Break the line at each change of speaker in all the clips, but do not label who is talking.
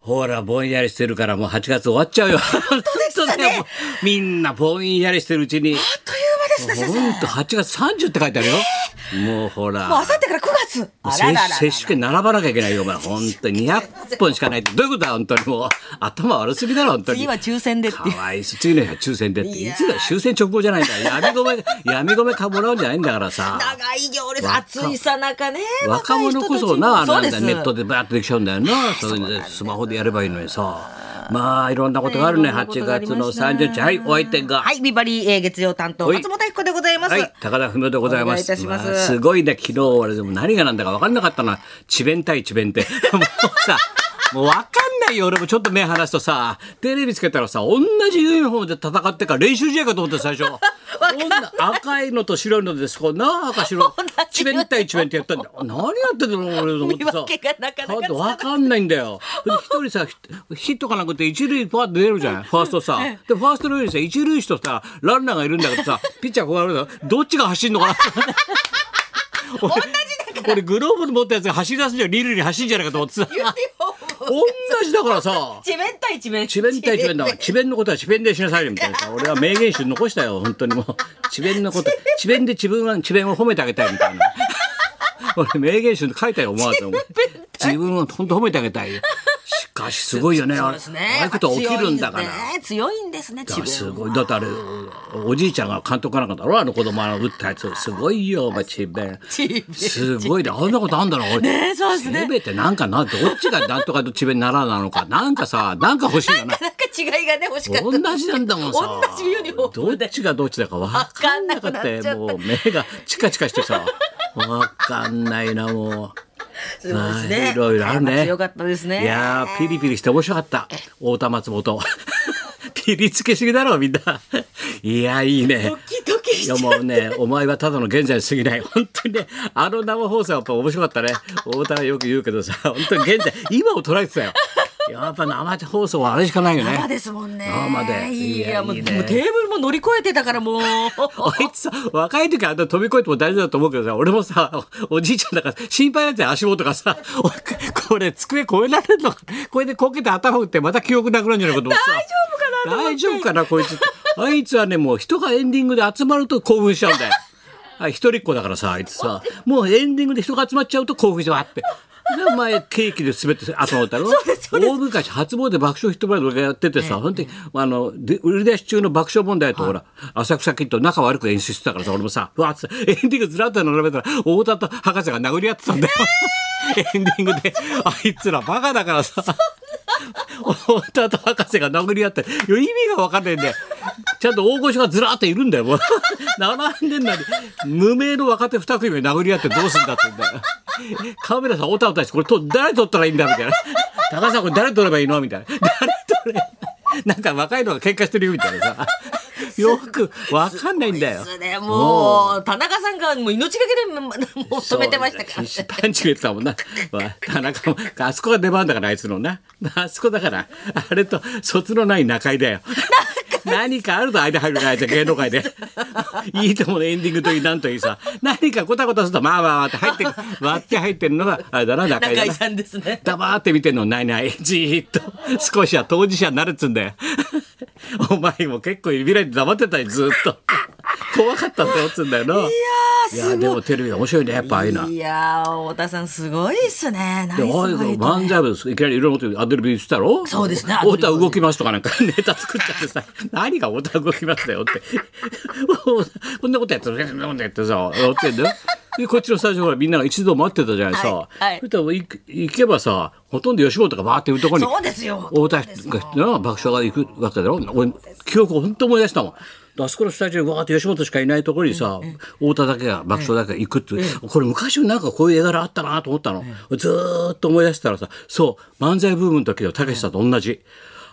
ほら、ぼんやりしてるからもう8月終わっちゃうよ。 本当
でしたね
もうみんなぼんやりしてるうちに。
あっという間でした、先生。
ほんと8月30って書いてあるよ。もうほら。
もうあさってから9月。あららららら
接種券並ばなきゃいけないよ、お前。本当に200本しかないって。どういうことだ、本当にもう。頭悪すぎだろ、本当に。
次は抽選でって
か
いう。
わいそう。次の日は抽選でって。
い
い
やー
つだ、終戦直後じゃないんだ。闇米、闇米かもらうんじゃないんだから さ。
長い行列、
若
暑いさなかね。
若者こそ
若
な、
い
あ
人
の
た
な
ち
んか
も
ネ
そうです。
ットでバーッとできちゃうんだよな。そういうのでスマホでやればいいのにさ。まあ、いろんなことがあるね。
いろんなこと
8
があり
月
ま
の
したね
30日。はい、お相手が。
はい、ビバリー、えー、月曜担当、
はい
松本彦でございます。
はい、高田文夫でございます。
お願いいたします
あすごいね、昨日俺でも何が何だか分かんなかったな。智弁対智弁って。 もうさ、もう分かんないよ、俺もちょっと目離すとさ、テレビつけたらさ、同じユニフォームで戦ってから練習試合かと思って 最初。女赤いのと白いのです、こうな、赤白
同じ。
智弁対智弁ってやったんだ。何やってんだろう、俺と思ってさ。
見分けがなかなかつかない
わかんないんだよ。で一人さ、ヒヒットかなんかって一塁パーって出る じゃん。ファーストさ。で、ファーストの上にさ、一塁手とさ、ランナーがいるんだけど さ、ピッチャーこうやるのどっちが走んのかな 同じだから。俺、グローブ持ったやつが走り出すんじゃん。リルに走んじゃないかと思ってさ。同じだからさ。
地面対地面。
智弁対智弁だから、智弁のことは智弁でしなさいよみたいなさ、俺は名言集残したよ、本当にもう。智弁のこと、智弁で自分は智弁を褒めてあげたいみた いな。俺名言集書いたよ、思わず。自分は本当褒めてあげたい。しかしすごいよね、
そ
あ
う
れ
ですね。
ああいうこと起きるんだから。
強いんですね、強いんです
す
ね、地面。
ごい。だってあれ、おじいちゃんが監督かなんかだろあの子供が打ったやつ。すごいよ、お前、ちべん。
智弁
すごいね。あんなことあんだな、俺。
ねえそうですね
ちべってなんかな、どっちがなんとかとちべんならなのか。なんかさ、なんか欲しいよな。
なんか違いがね、欲しかった。
同じなんだもんさ。
同じユニフォームで。
どっちがどっちだか分かんなく
分かんなくな
て
っちゃった
もう目がチカチカしてさ、分かんないな、もう。
そうですね
まあいろいろあるね。
強かったですね
いやー、ピリピリして面白かった。太田松本。 ピリつけすぎだろ、みんな。いや、いいね
ド。キドキ
い
し
や
ちゃ
もうね、お前はただの現在に過ぎない。本当にね、あの生放送はやっぱ面白かったね。太田はよく言うけどさ、本当に現在、今を捉えてたよ。やっぱ生放送はあれしかないよね。
生ですもんね。
生で
い
いや
や、もう
いい
もう
ね
テーブルも乗り越えてたか らもう。
あいつさ、若い時はあんな飛び越えても大事だと思うけどさ、俺もさ、おおじいちゃんだから心配なんだよ、足元がさ、 おこれ机越えられるのか、これでこけて頭打ってまた記憶なくなるんじゃないかと思ってさ。大丈夫かな大丈夫かな、こいつ。あいつはね、もう人がエンディングで集まると興奮しちゃ うんだよ。はい、一人っ子だからさ、あいつさ、もうエンディングで人が集まっちゃうと興奮してわって。で、お前、ケーキで滑って頭打ったろ大昔、初詣爆笑ヒットバンドがやっててさ、本当に、あの、で売り出し中の爆笑問題と、ほら、浅草キッド仲悪く演出してたからさ、俺もさ、うわっつってエンディングずらっと並べたら、太田と博士が殴り合ってたんだよ。 エンディングで、あいつらバカだからさ。太田と博士が殴り合って、いや意味が分かんないんだよ。ちゃんと大御所がずらーっているんだよ、もう。並んでんのに、無名の若手二組が殴り合ってどうすんだって言うんだよ。カメラさん、おたおたして、これと誰撮ったらいいんだみたいな。高橋さん、これ誰撮ればいいのみたいな。誰撮れなんか若いのが喧嘩してるよみたいなさ。よく分かんないんだよ。
そうね、もう、田中さんがもう命がけでもう止めてましたからね。
そうだね必死パンチくれてたもん な。わ田中も、あそこが出番だから、あいつのな。あそこだから、あれと、卒のない中居だよ。何かあると間入るから、あいつは芸能界で。いいとものエンディングといい、なんといいさ。何かこたこたすると、まあまあまあって入ってく、割って入ってるのが、あれだな、中居
中
だ
井
な。
さんですね。
黙って見てんのないないじーっと少しは当事者になるっつうんだよお前も結構指らいて黙ってたよずーっと怖かったって思っつうんだよないやいやでもテレビが面白いねやっぱああいうのはい
やー、太田さんすごいっすね。ナイス
でああいう
ファイトね
漫才部ですいきなりいろんなこと言うアドリブ言ってたろ
そうですねアド
太
リブ
田動きますとかなんか ネタ作っちゃってさ何が太田動きますだよって こんなことやってるこんなことやってさやってんだよでこっちのスタジオはみんなが一度待ってたじゃないさ、
はいはい
そしたら行く行けばさほとんど吉本がバーっていうとこに
そうですよ
太田がな爆笑が行くわけだろ俺記憶を本当思い出したもんあそこのスタジオにわーって吉本しかいないところにさ、太田だけが爆笑だけが行くっていう、これ昔なんかこういう絵柄あったなと思ったの、ずーっと思い出したらさそう漫才ブームの時のたけしさんと同じ、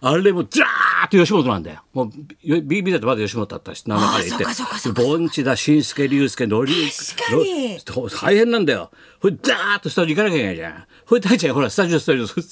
あれもずらーっと吉本なんだよもう BB だってまだ吉本だったし7からい
あー
て
そうかそうかそうか
ぼんちだ新助龍介のり
確かに
のと大変なんだよ。ほいダーッとスタジオ行かなきゃいけないじゃん。ほい大ちゃんほらスタジオスタジオそ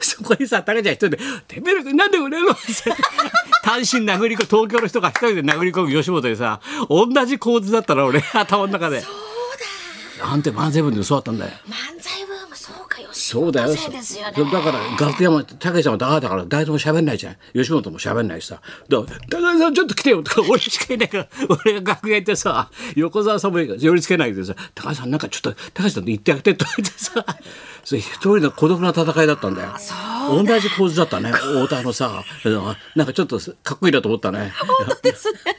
そこにさタカちゃん一人で「てめえらなんで売れるの?」って単身殴り込む東京の人が一人で殴り込む吉本でさ同じ構図だったら俺頭の中で。そうだなんて万世文で教わったんだよ。
漫才ブーム、そうか、吉
そうだよ。
のせいですよね
だから楽屋も高井さんもだだから誰とも喋んないじゃん。吉本も喋んないしさ。だから高井さんちょっと来てよとか俺しかいない から俺が楽屋行ってさ横澤さんも寄りつけないでさ高井さんなんかちょっと高井さんと言ってあげてとか言ってさ それ一人の孤独な戦いだったんだよ。同じ構図だったね太田のさ あのなんかちょっとかっこいいなと思ったね。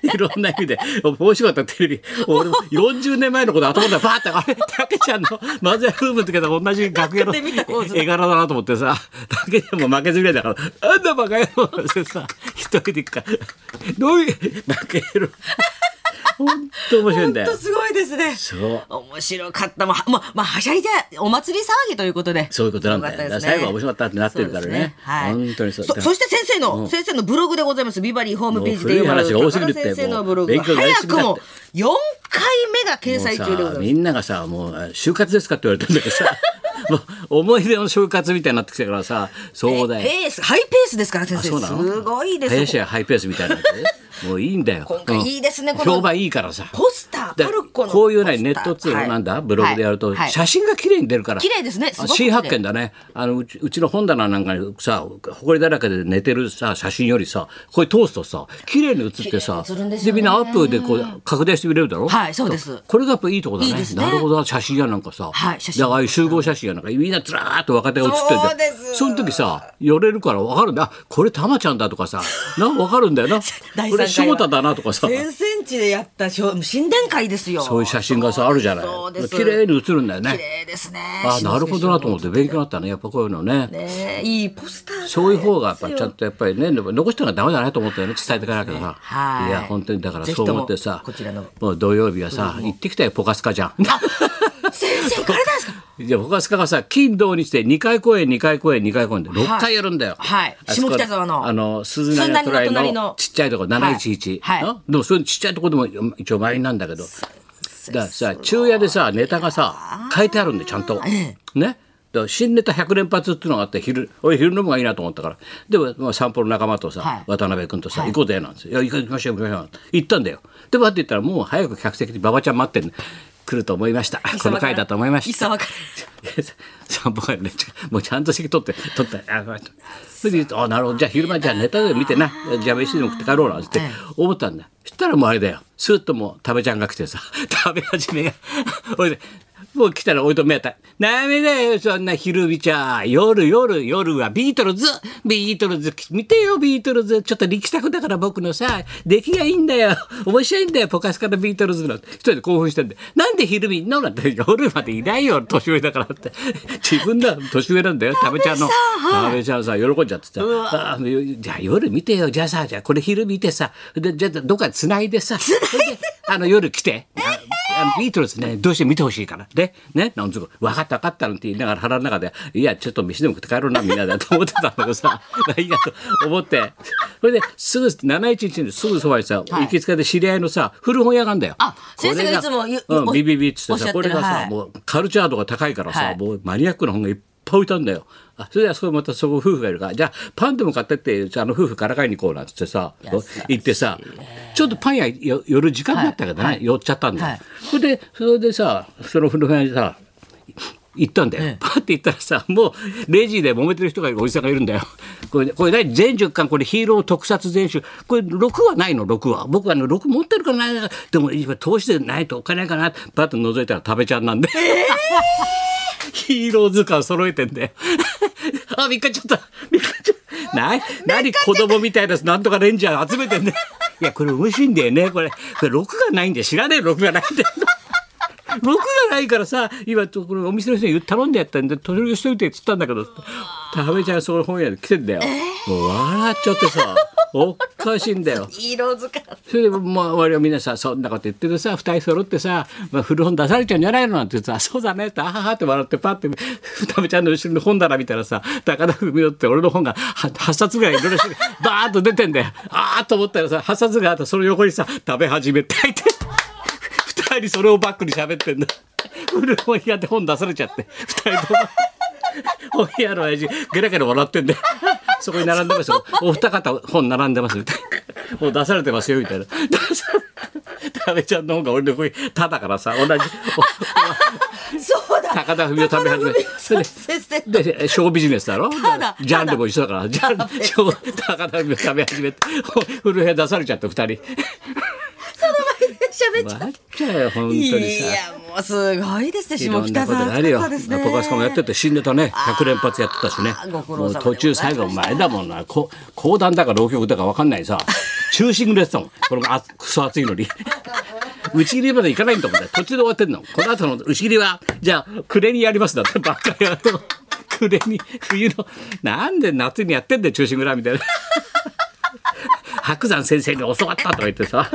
いろんな意味で面白かったテレビ俺も40年前のこと頭でバーってあれ竹ちゃんのマゼア夫婦の時と同じ楽屋の
で見た構図だ
絵柄だなと思ってさ竹ちゃんも負けず嫌いだから「あんたバカ野郎」ってさ一人でかどういうバカ野郎本当面白いんだよ
本当。すごいですね。
そう
面白かった。まあ、まあ、まあ、はしゃいでお祭り騒ぎということで。
そういうことなんだよ
よかったです
だから最後は面白かったってなってるからね
そうですはい。
本当にそ
そうそして先生の、先生のブログでございます。ビバリーホームペー
も
ジで
う古い話が多すぎるって
高田先生のブログ
もう勉強になりす
早
ぎだ
く
って
も4回目が掲載中でご
もうさ
ざいます。
みんながさもう就活ですかって言われてんだけど さもう思い出の就活みたいになってきたからさそうだよ
ペース、ハイペースですから、先
あ
生。
そうなの
すごいです。
林家ハイペースみたいなのでもういいんだよ
今回いいですね
うん
この
評判いいからさ
ポスター、
で
トルコのポスター。
こういうねネット通
は
販
い
なんだ、ブログでやると、
はいはい
写真が綺麗に出るから
綺麗ですねすごく
あ新発見だねあのうちうちの本棚なんかにさ埃だらけで寝てるさ写真よりさこれ通すとさ綺麗に写ってさ
綺麗に写るんですよね
みんなアップでこう拡大して見れるだろ
はいそうです
これがやっぱいいとこだね
いいですね
なるほどな写真やなんかさ、
はい写真
だからああいう集合写真やなんかみんなずらーっと若手が写ってる
そうです
その時さ寄れるから分かるんだあこれ玉ちゃんだとかさな分かるんだよな
第三回は
これ翔太だなとか さ
先々地でやったしょ神殿会ですよ。
そういう写真がさあるじゃない
そうです
綺麗に写るんだよ
綺
ね
麗ですね。
あなるほどなと思って勉強になったねやっぱこういうのね
ねえいいポスターが
そういう方がやっぱちゃんとやっぱりね残してのがダメだなと思ったよね伝えていかなきゃさ、
はい
や本当にだから
ぜひ
そ
と
う
も
思ってさ
こちらの
もう土曜日はさ行ってきたよポカスカじゃん。
先生行かれたんですか。
じゃあ、ポカスカがさ、金土にして2回公演、2回公演、2回公演で6回やるんだよ。
はい
あそこ
下北沢の
あの、鈴なりの
鈴な
隣
りの隣
の
の
ちっちゃいとこ、711。
はいはい
なでも、そういうちっちゃいとこでも一応満員なんだけど。だからさ、昼夜でさ、ネタがさ、書いてあるんで、ちゃんと。ね。だから新ネタ100連発っていうのがあって昼俺昼飲むがいいなと思ったからでも、まあ、散歩の仲間とさ、
はい
渡辺君とさ、行こうぜなんですよ「いや行きましょう行きましょう」行ったんだよで待って言ったらもう早く客席に馬場ちゃん待ってんの来ると思いま したこの回だと思いました
磯若
散歩会ね、ちょもうちゃんと席取って、取って、あ、ごめんそれで言うと、あ、なるほど、じゃあ昼間、じゃあネタでも見てな、じゃあ飯でも食って帰ろうなんつって思ったんだよ。そしたらもうあれだよ。スーッともう、食べちゃんが来てさ、 食べ始めが、俺で、もう来たら俺と目当たり。ダメだよ、そんな昼見ちゃ。夜、夜、夜はビートルズビートルズ見てよ、ビートルズちょっと力作だから僕のさ、出来がいいんだよ。面白いんだよ、ポカスカのビートルズの。一人で興奮してんで。なんで昼見んのなんて、夜までいないよ、年上だからって。 自分だ、年上なんだよ、食べちゃんの。食べちゃんさ、喜んじゃってさ。あよじゃあ夜見てよ、じゃあさ、じゃあこれ昼見てさ、でじゃあどっかつないでさ、それであの夜来て。ああのビートルズね、どうして見てほしいから。で、ね、なんつうか、分かった分かったなんて言いながら腹の中で、いや、ちょっと飯でも食って帰ろうな、みんなで、と思ってたんだけどさ、 まあいいやと思って。それで、すぐ、711にすぐそばにさ、行きつけで知り合いのさ、古本屋があんだよ。
あ先生が
これ
いつもゆ
うん、
お
ビビビって
お
っ
ってし
さ、
ゃってる
これがさ、
はい
もうカルチャー度が高いからさ、
はい
もうマニアックな本がいっぱい置いたんだよ。あそれではそれまたそこ夫婦がいるから、じゃあパンでも買ってって、あの夫婦からかいに行こうなんつってさ、行ってさ、ちょっとパン屋よ寄る時間だったけどね、寄っちゃったんだよ。
はい
それで、それでさ、その古本屋にさ、行ったんだよ、パッて行ったらさもうレジで揉めてる人がいるおじさんがいるんだよこれこれ何全10巻これヒーロー特撮全集これ6はないの6は僕はあの6持ってるからないでも今投資でないとお金かなパッと覗いたら食べちゃんなんで、ヒーロー図鑑揃えてんだよ あびっくりしちゃったびっくりしちゃったな何子供みたいななんとかレンジャー集めてんだよいやこれ面白いんだよねこれこれ6がないんで知らねえ6がないんだよ僕がないからさ今とこのお店の人に頼んでやったんで取り寄せといてっつったんだけど食べちゃんその本屋に来てんだよ、もう笑っちゃってさおかしいんだよ
色塚。
それでもう我々みんなさそんなこと言っててさ二人揃ってさ、まあ、古本出されちゃうんじゃないのなんて言ってさ「そうだね」って「あはは」って笑ってパッて二目ちゃんの後ろの本棚見たらさ高田文夫って俺の本がは8冊ぐらいいろいろしてバーッと出てんだよああと思ったらさ8冊があったその横にさ食べ始めって入って二人それをバックに喋ってんだ古本屋で本出されちゃって二人とも。本屋の親父ゲラゲラ笑ってんでそこに並んでますよお二方本並んでますみたいなもう出されてますよみたいな出さ食べちゃんの方が俺の声ただからさ同じ
そうだ。
高田文夫食べ始め
高田文夫先生
ででショービジネスだろ
ただ
ジャンルも一緒だからジャンルショー高田文夫食べ始めて古部屋出されちゃった二人
喋っちゃ
まっちゃうよ本当
う。い
にさ
や、もうすごいですね、
いろ
下
ん
北
なこと
沢
があるよ。
暑かったですね。
ポカスカもやってて死んでたね。
あー
100連発やってたしね。
ご苦
もう
労様でございました
途中最後お前だもんな。こ講談だか浪曲だか分かんないさ。チューシングレッスン。これもあクソ暑いの に。打ち入りまで行かないんだもんね。途中で終わってんの。この後の打ち切りは、じゃあ、暮れにやりますだって。ばっかりやると。暮れに、冬の、なんで夏にやってんだよ、チューシングラーみたいな。白山先生に教わったとか言って さ。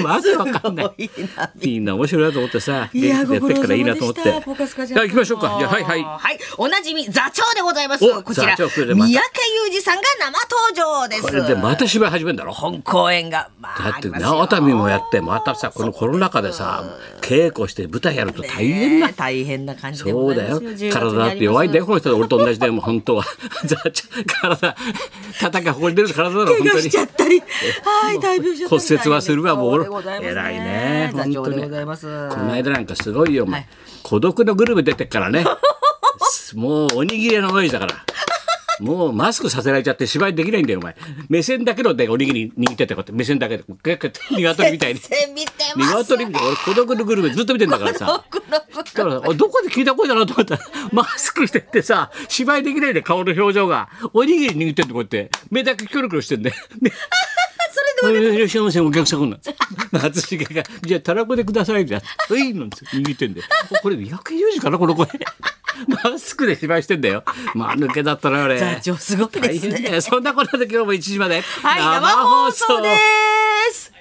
まず分かんない。
いな。
みんな面白いなと思ってさ、
いや、
現地で
ご
やっ
苦
てっか
労様
らいいな
で
と思っ。
してた。ポカスカじゃん。
じゃあ行きましょうか。じゃあ、はいはい。
はい。おなじみ、座長でございます
お。
こちら、
座長来
三
るね
宅
また
裕二さんが生登場です。
これでまた芝居始めるんだろ。
本公演が、まあ、
だって
ありますよ
な熱海もやってまたさこのコロナ禍でさ稽古して舞台やると大変な
ねえ大変な感じで
そ
ご
う
ざ
だ
いま
よ
すよ。10月
体だって弱いんだよこの人俺と同じでもう本当は ざっちゃ体 叩きほり出る体だろ
怪
本当に
我しちゃっ たり、はい、大病しちゃったり。
骨折はするわも
そう
う
でございます
偉いね
座
本
長
当
で
に
ご
こ
ざいます。
の間なんかすごいよお前
はい
孤独のグルメ出てっからね もうおにぎり屋の親父だからもうマスクさせられちゃって芝居できないんだよお前目線だけのでおにぎり握っててこうやって目線だけでこうガッガッて鶏みたいに
先生見て ます。
鶏みたいに俺孤独のグルメずっと見てんだから さ
孤独のグルメ
だからあどこで聞いた声だなと思ったらマスクしてってさ芝居できないで顔の表情がおにぎり握ってってこうやって目だけキョロキョロしてんで、ね、
そ
いらっしゃいませお客さんこんなん松重が「じゃあたらこでください」みたいな「はい」なんて握ってんでこれ三宅裕二かなこの声マスクで芝居してんだよまあ抜けだったな俺
れでも、座長すごいで
大
す
変
ね。
だよそんなことで今日も1時まで、
はい、生放送です。